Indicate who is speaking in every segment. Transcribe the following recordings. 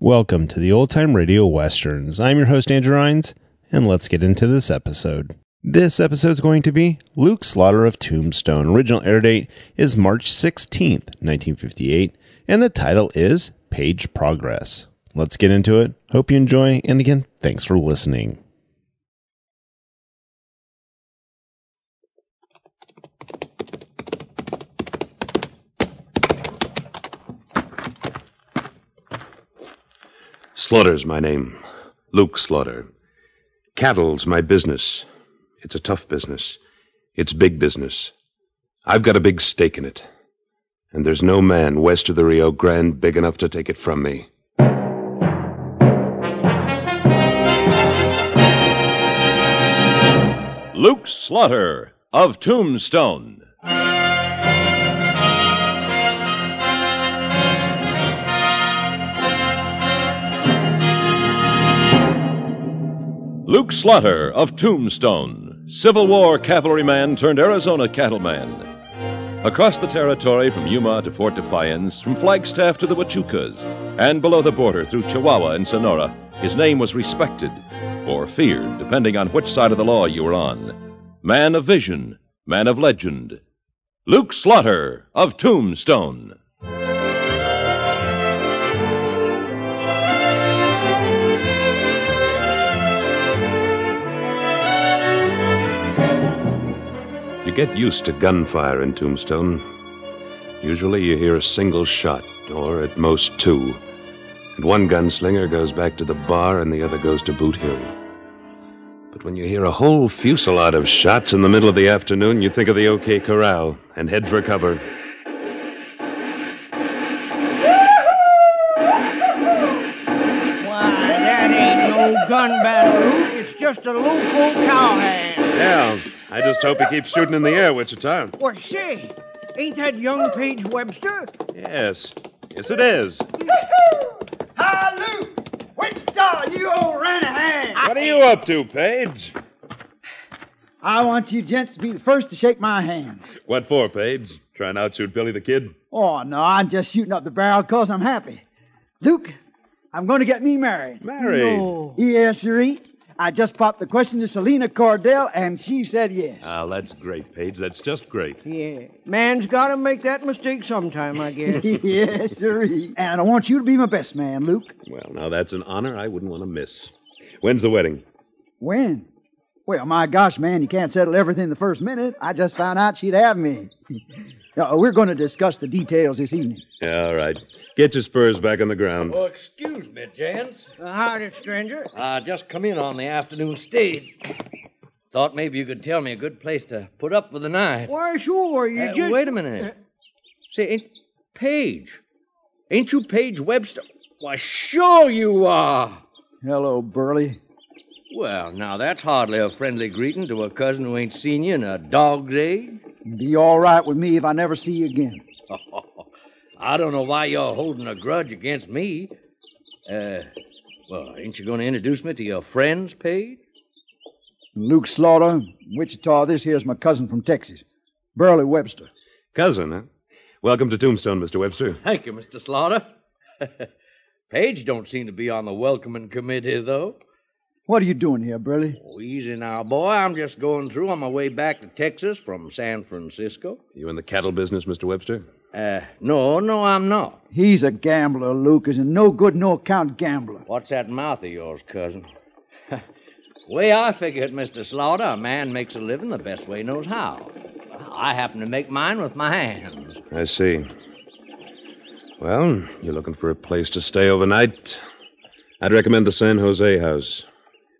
Speaker 1: Welcome to the Old Time Radio Westerns. I'm your host, Andrew Rhines, and let's get into this episode. This episode is going to be Luke Slaughter of Tombstone. Original air date is March 16th, 1958, and the title is Page Progress. Let's get into it. Hope you enjoy, and again, thanks for listening.
Speaker 2: Slaughter's my name. Luke Slaughter. Cattle's my business. It's a tough business. It's big business. I've got a big stake in it. And there's no man west of the Rio Grande big enough to take it from me.
Speaker 3: Luke Slaughter of Tombstone. Luke Slaughter of Tombstone, Civil War cavalryman turned Arizona cattleman. Across the territory from Yuma to Fort Defiance, from Flagstaff to the Huachucas, and below the border through Chihuahua and Sonora, his name was respected or feared, depending on which side of the law you were on. Man of vision, man of legend. Luke Slaughter of Tombstone.
Speaker 2: You get used to gunfire in Tombstone. Usually you hear a single shot, or at most two. And one gunslinger goes back to the bar and the other goes to Boot Hill. But when you hear a whole fusillade of shots in the middle of the afternoon, you think of the OK Corral and head for cover.
Speaker 4: Why, that ain't no gun battle, Luke. It's just a local cowhand.
Speaker 2: Yeah, I just hope he keeps shooting in the air, Wichita.
Speaker 4: Well, say, ain't that young Page Webster?
Speaker 2: Yes. Yes, it is.
Speaker 4: Hi, Luke. Wichita, you old Ranahan.
Speaker 2: What are you up to, Page?
Speaker 5: I want you gents to be the first to shake my hand.
Speaker 2: What for, Page? Trying to outshoot Billy the Kid?
Speaker 5: Oh, no, I'm just shooting up the barrel because I'm happy. Luke, I'm going to get me married.
Speaker 2: Married?
Speaker 5: Yes, siree. I just popped the question to Selena Cordell, and she said yes.
Speaker 2: Ah, that's great, Page. That's just great.
Speaker 4: Yeah, man's gotta make that mistake sometime, I guess.
Speaker 5: yes, siree. And I want you to be my best man, Luke.
Speaker 2: Well, now that's an honor I wouldn't want to miss. When's the wedding?
Speaker 5: When? Well, my gosh, man, you can't settle everything the first minute. I just found out she'd have me. Now, we're going to discuss the details this evening.
Speaker 2: All right. Get your spurs back on the ground.
Speaker 6: Well, Oh, excuse me, gents.
Speaker 4: Uh, howdy, stranger.
Speaker 6: I just come in on the afternoon stage. Thought maybe you could tell me a good place to put up for the night.
Speaker 4: Why, sure, you
Speaker 6: Uh,
Speaker 4: just...
Speaker 6: Wait a minute. Say, ain't Page? Ain't you Page Webster? Why, sure you are.
Speaker 5: Hello, Burley.
Speaker 6: Well, now that's hardly a friendly greeting to a cousin who ain't seen you in a dog's age.
Speaker 5: Be all right with me if I never see you again.
Speaker 6: I don't know why you're holding a grudge against me. Uh, well, ain't you going to introduce me to your friends, Page?
Speaker 5: Luke Slaughter, Wichita. This here's my cousin from Texas, Burley Webster.
Speaker 2: Cousin, huh? Welcome to Tombstone, Mr. Webster.
Speaker 6: Thank you, Mr. Slaughter. Page don't seem to be on the welcoming committee, though.
Speaker 5: What are you doing here, Burley?
Speaker 6: Oh, easy now, boy. I'm just going through on my way back to Texas from San Francisco.
Speaker 2: You in the cattle business, Mr. Webster?
Speaker 6: Uh, no, no, I'm not.
Speaker 5: He's a gambler, Luke, is a no good, no account gambler.
Speaker 6: What's that mouth of yours, cousin? way I figure it, Mr. Slaughter, a man makes a living the best way he knows how. I happen to make mine with my hands.
Speaker 2: I see. Well, you're looking for a place to stay overnight. I'd recommend the San Jose house.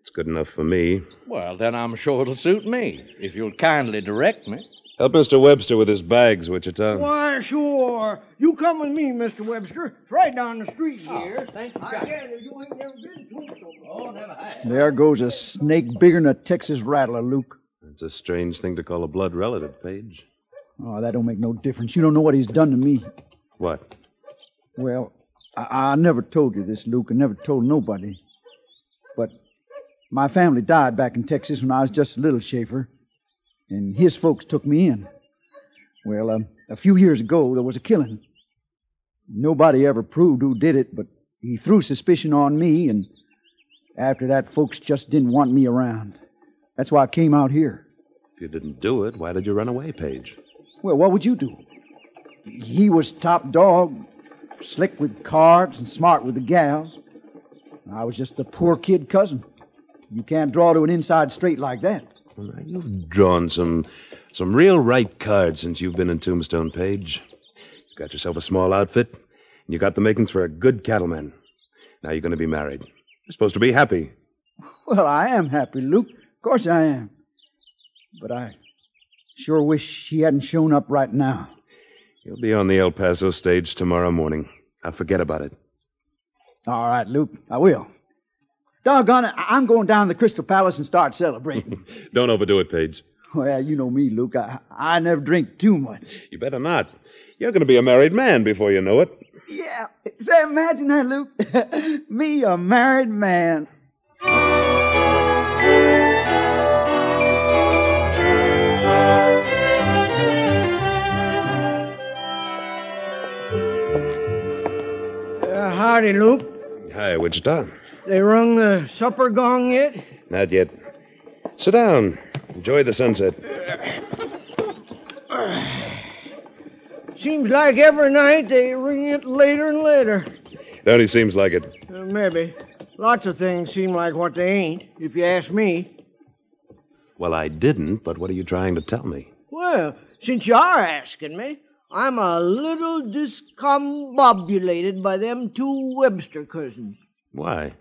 Speaker 2: It's good enough for me.
Speaker 6: Well, then I'm sure it'll suit me, if you'll kindly direct me.
Speaker 2: Help Mr. Webster with his bags, Wichita.
Speaker 4: Why, sure. You come with me, Mr. Webster. It's right down the street here.
Speaker 6: Oh, thank you,
Speaker 4: I
Speaker 6: God.
Speaker 4: gather you ain't never been to Tombstone.
Speaker 6: Oh, never had.
Speaker 5: There goes a snake bigger than a Texas rattler, Luke.
Speaker 2: It's a strange thing to call a blood relative, Page.
Speaker 5: Oh, that don't make no difference. You don't know what he's done to me.
Speaker 2: What?
Speaker 5: Well, I, I never told you this, Luke, and never told nobody. But my family died back in Texas when I was just a little Schaefer, and his folks took me in. Well, um, a few years ago, there was a killing. Nobody ever proved who did it, but He threw suspicion on me, and after that, folks just didn't want me around. That's why I came out here.
Speaker 2: If you didn't do it, why did you run away, Page?
Speaker 5: Well, what would you do? He was top dog, slick with cards and smart with the gals. I was just the poor kid cousin. You can't draw to an inside straight like that.
Speaker 2: Well, now, You've drawn some some real right cards since you've been in Tombstone, Page. You got yourself a small outfit, and you got the makings for a good cattleman. Now you're going to be married. You're supposed to be happy.
Speaker 5: Well, I am happy, Luke. Of course I am. But I sure wish he hadn't shown up right now.
Speaker 2: You'll be on the El Paso stage tomorrow morning. Now forget about it.
Speaker 5: All right, Luke, I will. Doggone it, I- I'm going down to the Crystal Palace and start celebrating.
Speaker 2: Don't overdo it, Page.
Speaker 5: well, you know me, Luke. I, I never drink too much.
Speaker 2: You better not. You're going to be a married man before you know it.
Speaker 5: Yeah, say, imagine that, Luke. me, a married man.
Speaker 4: Uh, howdy, Luke.
Speaker 2: Hi, Wichita.
Speaker 4: They rung the supper gong yet?
Speaker 2: Not yet. Sit down. Enjoy the sunset.
Speaker 4: Seems like every night they ring it later and later.
Speaker 2: It only seems like it.
Speaker 4: Uh, maybe. Lots of things seem like what they ain't, if you ask me.
Speaker 2: Well, I didn't, but what are you trying to tell me?
Speaker 4: Well, since you are asking me, I'm a little discombobulated by them two Webster cousins.
Speaker 2: Why?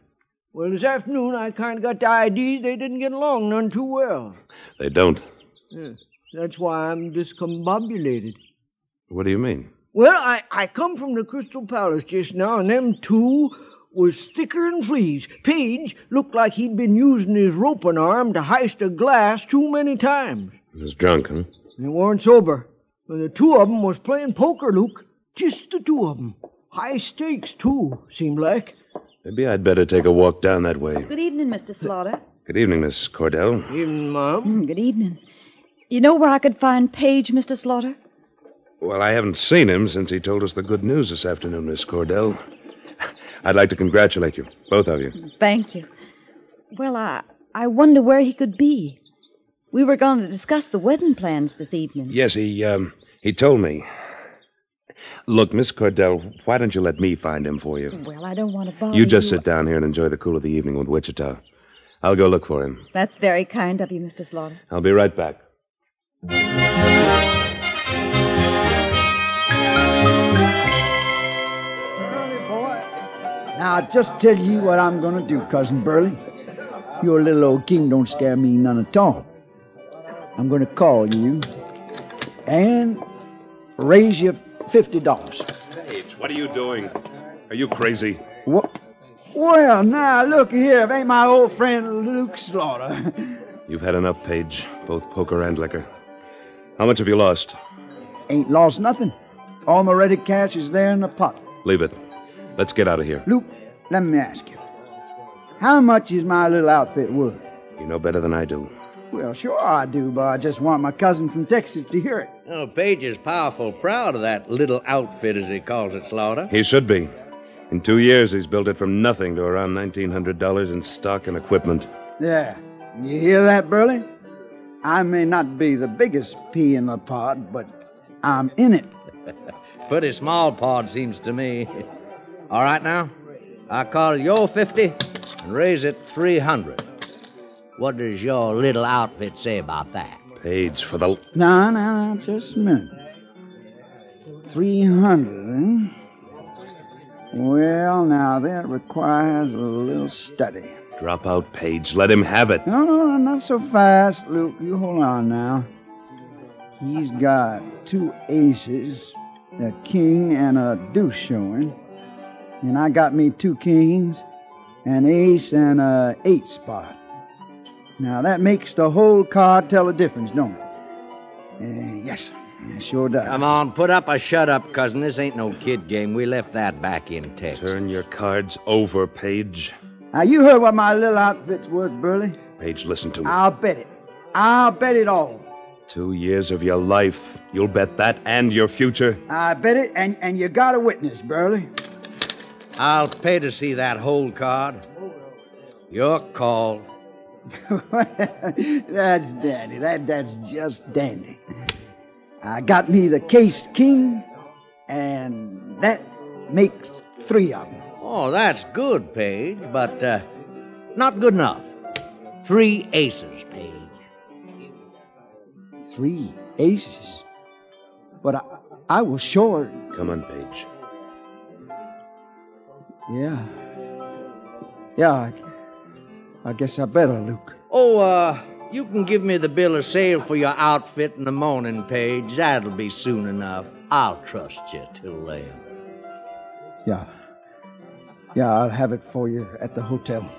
Speaker 4: Well, this afternoon I kind of got the idea they didn't get along none too well.
Speaker 2: They don't.
Speaker 4: Yeah, that's why I'm discombobulated.
Speaker 2: What do you mean?
Speaker 4: Well, I, I come from the Crystal Palace just now, and them two was thicker than fleas. Page looked like he'd been using his roping arm to heist a glass too many times.
Speaker 2: I was drunk, huh?
Speaker 4: They weren't sober. And the two of 'em was playing poker, Luke. Just the two of 'em. High stakes, too, seemed like.
Speaker 2: Maybe I'd better take a walk down that way.
Speaker 7: Good evening, Mr. Slaughter.
Speaker 2: Good evening, Miss Cordell.
Speaker 4: Even Mom.
Speaker 7: Mm, Good evening. You know where I could find Paige, Mr. Slaughter?
Speaker 2: Well, I haven't seen him since he told us the good news this afternoon, Miss Cordell. I'd like to congratulate you, both of you.
Speaker 7: Thank you. Well, I I wonder where he could be. We were going to discuss the wedding plans this evening.
Speaker 2: Yes, he um, he told me. Look, Miss Cordell, why don't you let me find him for you?
Speaker 7: Well, I don't want to bother
Speaker 2: You just sit down here and enjoy the cool of the evening with Wichita. I'll go look for him.
Speaker 7: That's very kind of you, Mr. Slaughter.
Speaker 2: I'll be right back.
Speaker 5: Burley boy. Now, I'll just tell you what I'm going to do, Cousin Burley. Your little old king don't scare me none at all. I'm going to call you and raise you $50.
Speaker 2: Page, what are you doing? Are you crazy?
Speaker 5: What? Well, now, look here. If ain't my old friend Luke Slaughter.
Speaker 2: You've had enough, Page, both poker and liquor. How much have you lost?
Speaker 5: ain't lost nothing. All my ready cash is there in the pot.
Speaker 2: Leave it. Let's get out of here.
Speaker 5: Luke, let me ask you. How much is my little outfit worth?
Speaker 2: You know better than I do.
Speaker 5: Well, sure I do, but I just want my cousin from Texas to hear it.
Speaker 6: Oh, Page is powerful proud of that little outfit, as he calls it, Slaughter.
Speaker 2: He should be. In two years, he's built it from nothing to around $1,900 in stock and equipment.
Speaker 5: There. You hear that, Burley? I may not be the biggest pea in the pod, but I'm in it.
Speaker 6: Pretty small pod, seems to me. All right, now. I call your 50 and raise it 300. What does your little outfit say about that?
Speaker 2: Page, for the.
Speaker 5: No, no, no, just a minute. 300, eh? Well, now, that requires a little study.
Speaker 2: Drop out, Page. Let him have it.
Speaker 5: No, no, no, not so fast, Luke. You hold on now. He's got two aces, a king and a deuce showing. And I got me two kings, an ace and a eight spot. Now that makes the whole card tell a difference, don't it? Eh, yes, it sure does.
Speaker 6: Come on, put up a shut up, cousin. This ain't no kid game. We left that back in Texas.
Speaker 2: Turn your cards over, Page.
Speaker 5: Now you heard what my little outfit's worth, Burley.
Speaker 2: Page, listen to me.
Speaker 5: I'll bet it. I'll bet it all.
Speaker 2: Two years of your life. You'll bet that and your future.
Speaker 5: I bet it, and, and you got a witness, Burley.
Speaker 6: I'll pay to see that hold card. You're called.
Speaker 5: that's dandy. That, that's just dandy. I got me the case king, and that makes three of them.
Speaker 6: Oh, that's good, Page, but uh, not good enough. Three aces, Page.
Speaker 5: Three aces. But I, I was short.
Speaker 2: Come on, Page.
Speaker 5: Yeah. Yeah, I, I guess I better, Luke.
Speaker 6: Oh, uh, you can give me the bill of sale for your outfit in the morning, Page. That'll be soon enough. I'll trust you till then.
Speaker 5: Yeah. Yeah, I'll have it for you at the hotel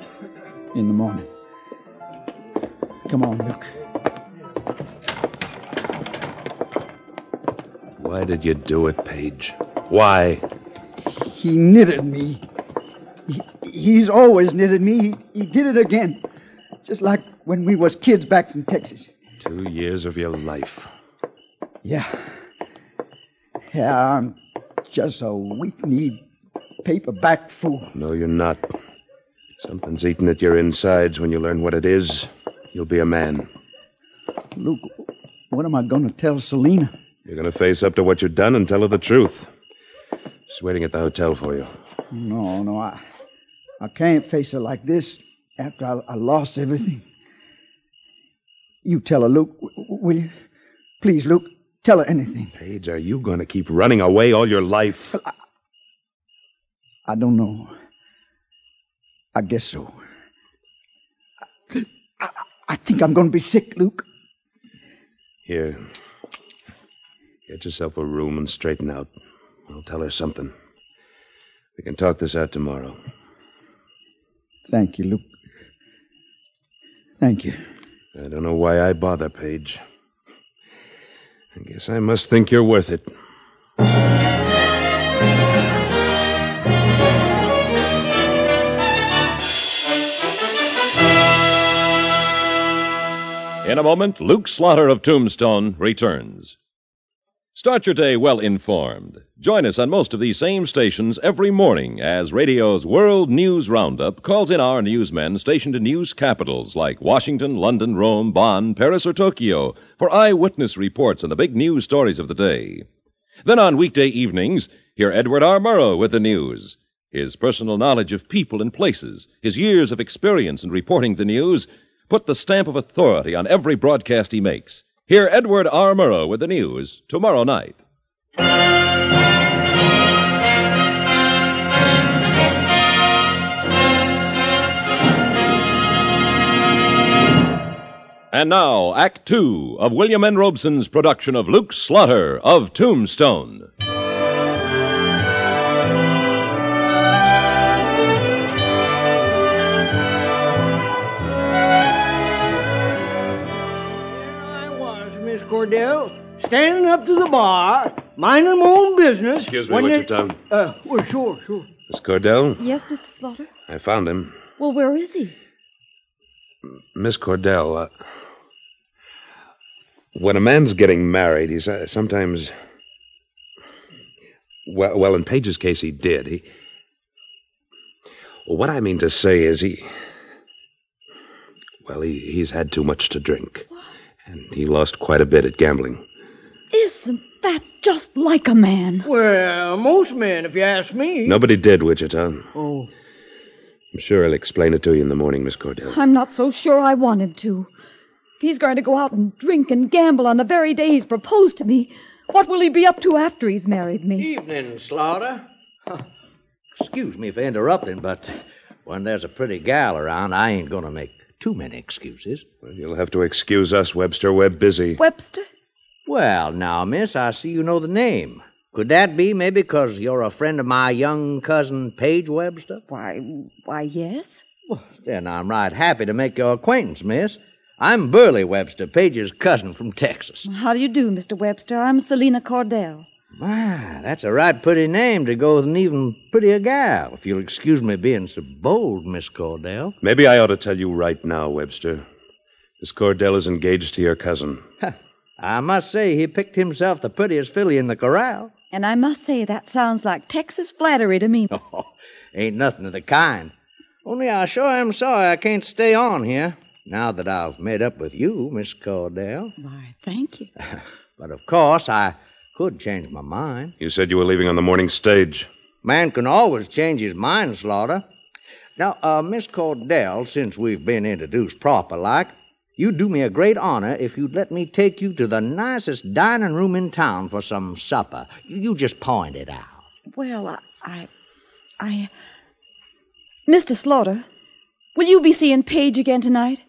Speaker 5: in the morning. Come on, Luke.
Speaker 2: Why did you do it, Page? Why?
Speaker 5: He knitted me. He, he's always knitted me. He, he did it again. Just like when we was kids back in Texas.
Speaker 2: Two years of your life.
Speaker 5: Yeah. Yeah, I'm just a weak-kneed paperback fool.
Speaker 2: No, you're not. Something's eating at your insides when you learn what it is. You'll be a man.
Speaker 5: Luke, what am I going to tell Selena?
Speaker 2: You're going to face up to what you've done and tell her the truth. She's waiting at the hotel for you.
Speaker 5: No, no, I, I can't face her like this after I, I lost everything. You tell her, Luke, w- w- will you? Please, Luke, tell her anything.
Speaker 2: Paige, are you going to keep running away all your life?
Speaker 5: I don't know. I guess so. I, I, I think I'm going to be sick, Luke.
Speaker 2: Here. Get yourself a room and straighten out. I'll tell her something. We can talk this out tomorrow.
Speaker 5: Thank you, Luke. Thank you.
Speaker 2: I don't know why I bother, Paige. I guess I must think you're worth it.
Speaker 3: In a moment, Luke Slaughter of Tombstone returns. Start your day well informed. Join us on most of these same stations every morning as radio's World News Roundup calls in our newsmen stationed in news capitals like Washington, London, Rome, Bonn, Paris, or Tokyo for eyewitness reports on the big news stories of the day. Then on weekday evenings, hear Edward R. Murrow with the news. His personal knowledge of people and places, his years of experience in reporting the news, put the stamp of authority on every broadcast he makes. Hear Edward R. Murrow with the news tomorrow night. And now, Act Two of William N. Robeson's production of Luke Slaughter of Tombstone.
Speaker 4: There I was, Miss Cordell, standing up to the bar, minding my own business.
Speaker 2: Excuse me,
Speaker 4: when
Speaker 2: what's
Speaker 4: you-
Speaker 2: your time?
Speaker 4: Uh, well, sure, sure.
Speaker 2: Miss Cordell,
Speaker 7: Yes, Mr. Slaughter?
Speaker 2: I found him.
Speaker 7: Well, where is he?
Speaker 2: Miss Cordell, uh, when a man's getting married, he's uh, sometimes. Well, well, in Page's case, he did. He. What I mean to say is he. Well, he, he's had too much to drink, and he lost quite a bit at gambling.
Speaker 7: Isn't that just like a man?
Speaker 4: Well, most men, if you ask me.
Speaker 2: Nobody did, Wichita. I'm
Speaker 4: Oh,
Speaker 2: sure I'll explain it to you in the morning, Miss Cordell.
Speaker 7: I'm not so sure I want him to. If he's going to go out and drink and gamble on the very day he's proposed to me, what will he be up to after he's married me?
Speaker 6: Evening, Slaughter. Huh. Excuse me for interrupting, but when there's a pretty gal around, I ain't going to make too many excuses.
Speaker 2: Well, You'll have to excuse us, Webster. We're busy.
Speaker 7: Webster?
Speaker 6: Well, now, miss, I see you know the name. Could that be maybe because you're a friend of my young cousin, Paige Webster?
Speaker 7: Why, why, yes.
Speaker 6: Well, then I'm right happy to make your acquaintance, miss. I'm Burley Webster, Paige's cousin from Texas.
Speaker 7: How do you do, Mr. Webster? I'm Selina Cordell.
Speaker 6: My, that's a right pretty name to go with an even prettier gal, if you'll excuse me being so bold, Miss Cordell.
Speaker 2: Maybe I ought to tell you right now, Webster. Miss Cordell is engaged to your cousin.
Speaker 6: I must say he picked himself the prettiest filly in the corral.
Speaker 7: And I must say, that sounds like Texas flattery to me.
Speaker 2: Oh.
Speaker 6: Ain't nothing of the kind. Only I sure am sorry I can't stay on here, now that I've made up with you, Miss Cordell.
Speaker 7: Why, thank you.
Speaker 6: But of course, I could change my mind.
Speaker 2: You said you were leaving on the morning stage.
Speaker 6: Man can always change his mind, Slaughter. Now, uh, Miss Cordell, since we've been introduced proper like, you'd do me a great honor if you'd let me take you to the nicest dining room in town for some supper. You, you just point it out.
Speaker 7: Well, I, I, I. Mr. Slaughter, will you be seeing Page again tonight?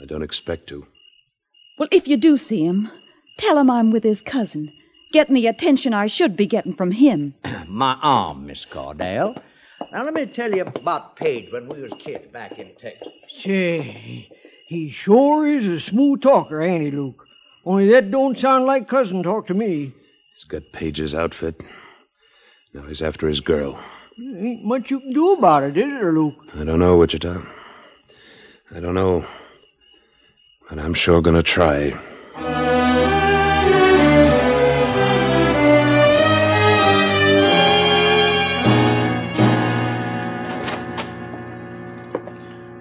Speaker 2: I don't expect to.
Speaker 7: Well, if you do see him, tell him I'm with his cousin, getting the attention I should be getting from him.
Speaker 6: my arm, Miss Cordell. Now, let me tell you about Page when we was kids back in Texas.
Speaker 4: Say, he sure is a smooth talker, ain't he, Luke? Only that don't sound like cousin talk to me.
Speaker 2: He's got Page's outfit. Now he's after his girl.
Speaker 4: Ain't much you can do about it, is there, Luke?
Speaker 2: I don't know, Wichita. I don't know. But I'm sure gonna try.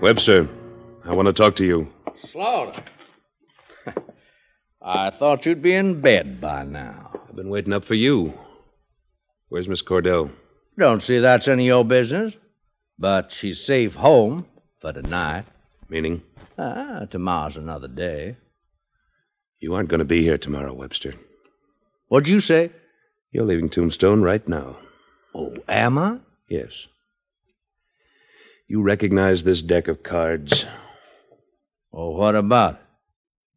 Speaker 2: Webster, I want to talk to you.
Speaker 6: Slaughter. I thought you'd be in bed by now.
Speaker 2: I've been waiting up for you. Where's Miss Cordell?
Speaker 6: Don't see that's any of your business. But she's safe home for tonight.
Speaker 2: Meaning,
Speaker 6: Ah, tomorrow's another day.
Speaker 2: you aren't going to be here tomorrow, Webster.
Speaker 6: What'd you say?
Speaker 2: You're leaving Tombstone right now.
Speaker 6: Oh, am I?
Speaker 2: Yes. You recognize this deck of cards.
Speaker 6: Oh, what about it?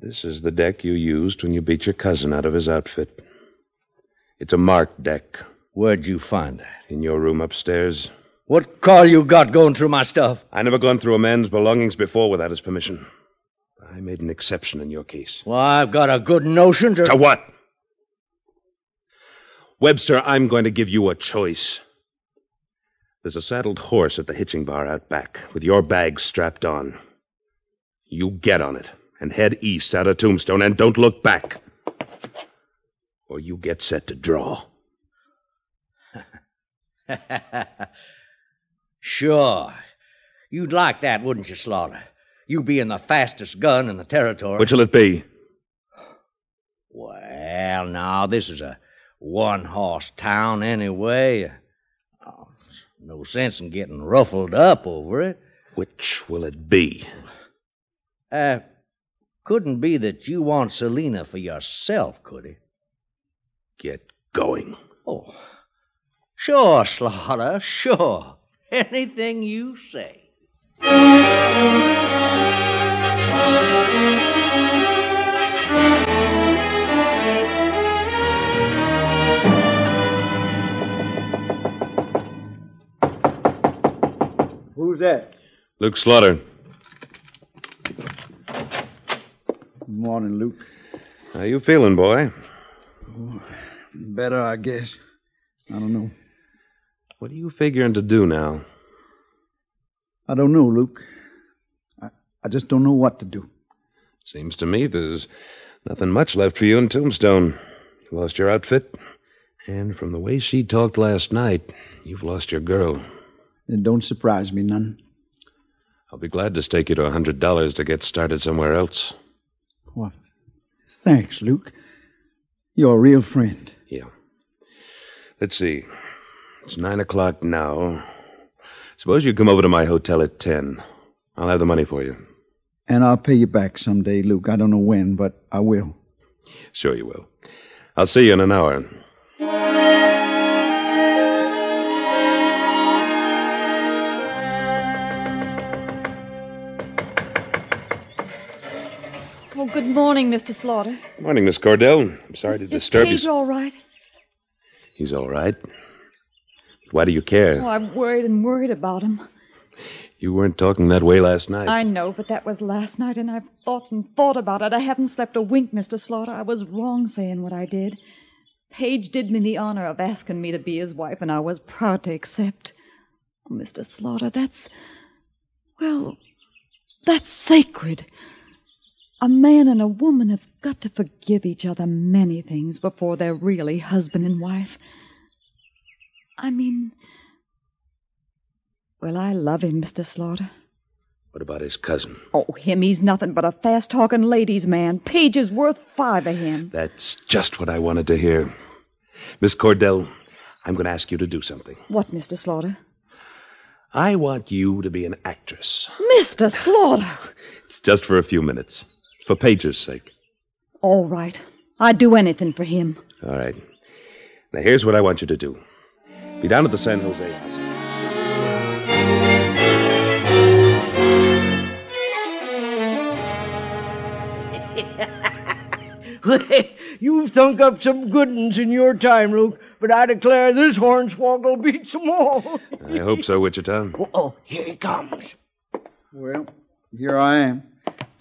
Speaker 2: This is the deck you used when you beat your cousin out of his outfit. It's a marked deck
Speaker 6: Where'd you find that?
Speaker 2: in your room upstairs.
Speaker 6: What call you got going through my stuff?
Speaker 2: I never gone through a man's belongings before without his permission. I made an exception in your case.
Speaker 6: Well, I've got a good notion to.
Speaker 2: To what? Webster, I'm going to give you a choice. There's a saddled horse at the hitching bar out back with your bag strapped on. You get on it and head east out of Tombstone and don't look back. Or you get set to draw.
Speaker 6: sure. You'd like that, wouldn't you, Slaughter? You being the fastest gun in the territory.
Speaker 2: Which'll it be?
Speaker 6: Well, now, this is a one horse town anyway. Oh, it's no sense in getting ruffled up over it.
Speaker 2: Which will it be?
Speaker 6: Uh, couldn't be that you want Selina for yourself, could it?
Speaker 2: Get going.
Speaker 6: Oh, sure, Slaughter, sure. Anything you say.
Speaker 5: Who's that?
Speaker 2: Luke Slaughter.
Speaker 5: Morning, Luke.
Speaker 2: How you feeling, boy?
Speaker 5: Better, I guess. I don't know.
Speaker 2: What are you figuring to do now?
Speaker 5: I don't know, Luke. I, I just don't know what to do.
Speaker 2: Seems to me there's nothing much left for you in Tombstone. You lost your outfit, and from the way she talked last night, you've lost your girl.
Speaker 5: It don't surprise me none.
Speaker 2: I'll be glad to stake you to a hundred dollars to get started somewhere else.
Speaker 5: What? Thanks, Luke. You're a real friend.
Speaker 2: Yeah. Let's see. It's nine o'clock now. Suppose you come over to my hotel at ten. I'll have the money for you.
Speaker 5: And I'll pay you back someday, Luke. I don't know when, but I will.
Speaker 2: Sure you will. I'll see you in an hour.
Speaker 7: Well, good morning, Mr. Slaughter.
Speaker 2: Morning, Miss Cordell. I'm sorry to
Speaker 7: Is
Speaker 2: disturb
Speaker 7: Page
Speaker 2: you.
Speaker 7: all right?
Speaker 2: He's all right. Why do you care?
Speaker 7: Oh, I'm worried and worried about him.
Speaker 2: You weren't talking that way last night.
Speaker 7: I know, but that was last night, and I've thought and thought about it. I haven't slept a wink, Mr. Slaughter. I was wrong saying what I did. Page did me the honor of asking me to be his wife, and I was proud to accept. Oh, Mr. Slaughter, that's. Well, that's sacred. A man and a woman have got to forgive each other many things before they're really husband and wife. I mean. Well, I love him, Mr. Slaughter.
Speaker 2: What about his cousin?
Speaker 7: Oh, him, he's nothing but a fast talking ladies' man. Page is worth five of him.
Speaker 2: That's just what I wanted to hear. Miss Cordell, I'm going to ask you to do something.
Speaker 7: What, Mr. Slaughter?
Speaker 2: I want you to be an actress.
Speaker 7: Mr. Slaughter!
Speaker 2: It's just for a few minutes, for Page's sake.
Speaker 7: All right. I'd do anything for him.
Speaker 2: All right. Now, here's what I want you to do be down at the San Jose House.
Speaker 4: You've thunk up some good ones in your time, Luke, but I declare this hornswoggle beats them all.
Speaker 2: I hope so, Wichita.
Speaker 4: oh, here he comes.
Speaker 5: Well, here I am.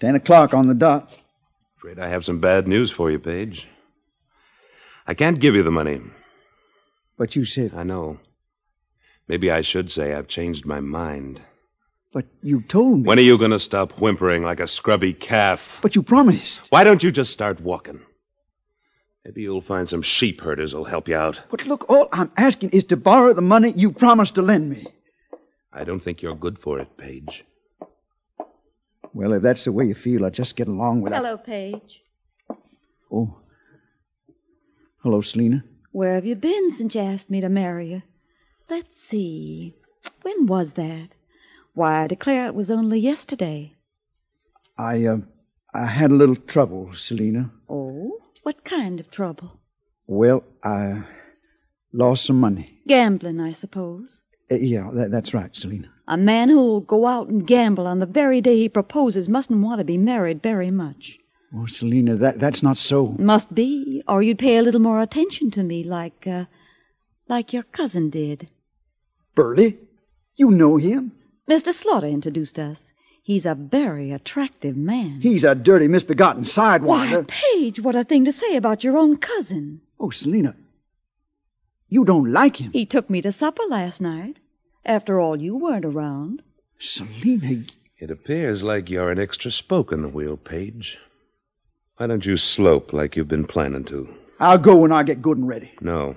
Speaker 5: Ten o'clock on the dot.
Speaker 2: Afraid I have some bad news for you, Page. I can't give you the money.
Speaker 5: But you said,
Speaker 2: I know. Maybe I should say I've changed my mind.
Speaker 5: but you told me.
Speaker 2: When are you going to stop whimpering like a scrubby calf?
Speaker 5: But you promised.
Speaker 2: Why don't you just start walking? Maybe you'll find some sheep herders who'll help you out.
Speaker 5: But look, all I'm asking is to borrow the money you promised to lend me.
Speaker 2: I don't think you're good for it, Page.
Speaker 5: Well, if that's the way you feel, I'll just get along without.
Speaker 7: Hello, Page.
Speaker 5: Oh. Hello, Selena.
Speaker 7: Where have you been since you asked me to marry you? Let's see. When was that? Why, I declare it was only yesterday.
Speaker 5: I, uh, I had a little trouble, Selena.
Speaker 7: Oh? What kind of trouble?
Speaker 5: Well, I lost some money.
Speaker 7: Gambling, I suppose.
Speaker 5: Uh, yeah, that, that's right, Selena.
Speaker 7: A man who'll go out and gamble on the very day he proposes mustn't want to be married very much.
Speaker 5: Oh, Selena, that, that's not so.
Speaker 7: Must be, or you'd pay a little more attention to me like, uh, like your cousin did.
Speaker 5: Burley, you know him.
Speaker 7: Mr. Slaughter introduced us. He's a very attractive man.
Speaker 5: He's a dirty, misbegotten
Speaker 7: Why,
Speaker 5: sidewinder.
Speaker 7: Paige, what a thing to say about your own cousin.
Speaker 5: Oh, Selena, you don't like him.
Speaker 7: He took me to supper last night. After all, you weren't around.
Speaker 5: Selena,
Speaker 2: It appears like you're an extra spoke in the wheel, Page. Why don't you slope like you've been planning to?
Speaker 5: I'll go when I get good and ready.
Speaker 2: No.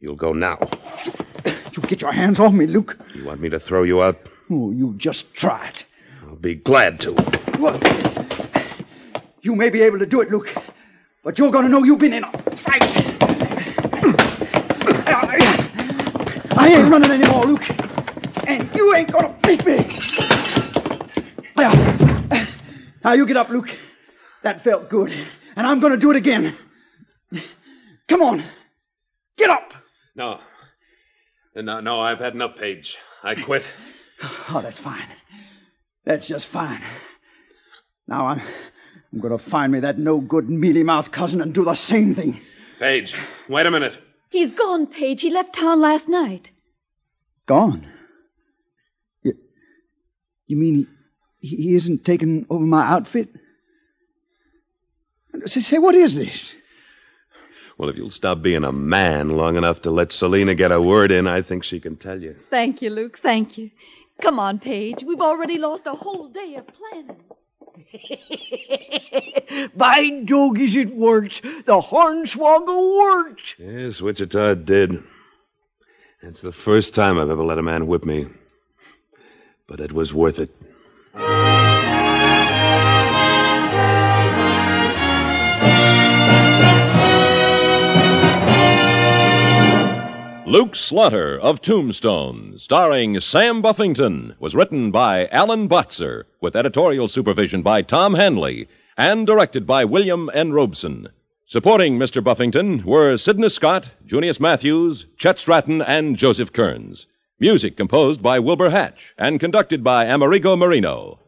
Speaker 2: You'll go now.
Speaker 5: You get your hands off me, Luke.
Speaker 2: You want me to throw you out?
Speaker 5: Oh, you just try it.
Speaker 2: I'll be glad to.
Speaker 5: Look, you may be able to do it, Luke, but you're going to know you've been in a fight. I ain't running anymore, Luke, and you ain't going to beat me. Now, now you get up, Luke. That felt good, and I'm going to do it again. Come on, get up.
Speaker 2: No. No, no, I've had enough, Page. I quit.
Speaker 5: Oh, that's fine. That's just fine. Now I'm, I'm going to find me that no good mealy mouthed cousin and do the same thing.
Speaker 2: Page, wait a minute.
Speaker 7: He's gone, Paige. He left town last night.
Speaker 5: Gone. You, you mean he, he isn't taking over my outfit? Say, say, what is this?
Speaker 2: Well, if you'll stop being a man long enough to let Selena get a word in, I think she can tell you.
Speaker 7: Thank you, Luke. Thank you. Come on, Paige. We've already lost a whole day of planning.
Speaker 4: By jogies, it works. The hornswoggle works.
Speaker 2: Yes, Wichita did. It's the first time I've ever let a man whip me. But it was worth it.
Speaker 3: Luke Slaughter of Tombstone, starring Sam Buffington, was written by Alan Botzer, with editorial supervision by Tom Hanley, and directed by William N. Robeson. Supporting Mr. Buffington were Sidney Scott, Junius Matthews, Chet Stratton, and Joseph Kearns. Music composed by Wilbur Hatch and conducted by Amerigo Marino.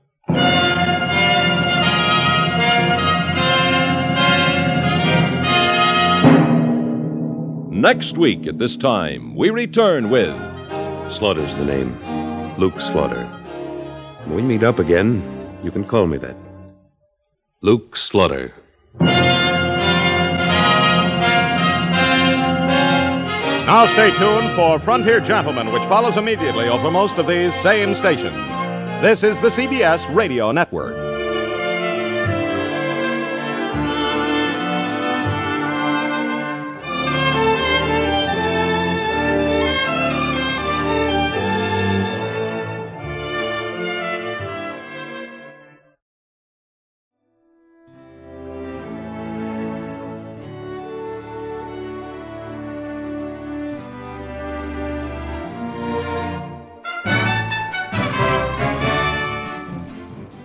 Speaker 3: Next week at this time, we return with
Speaker 2: Slaughter's the name. Luke Slaughter. When we meet up again, you can call me that. Luke Slaughter.
Speaker 8: Now stay tuned for Frontier Gentlemen, which follows immediately over most of these same stations. This is the CBS Radio Network.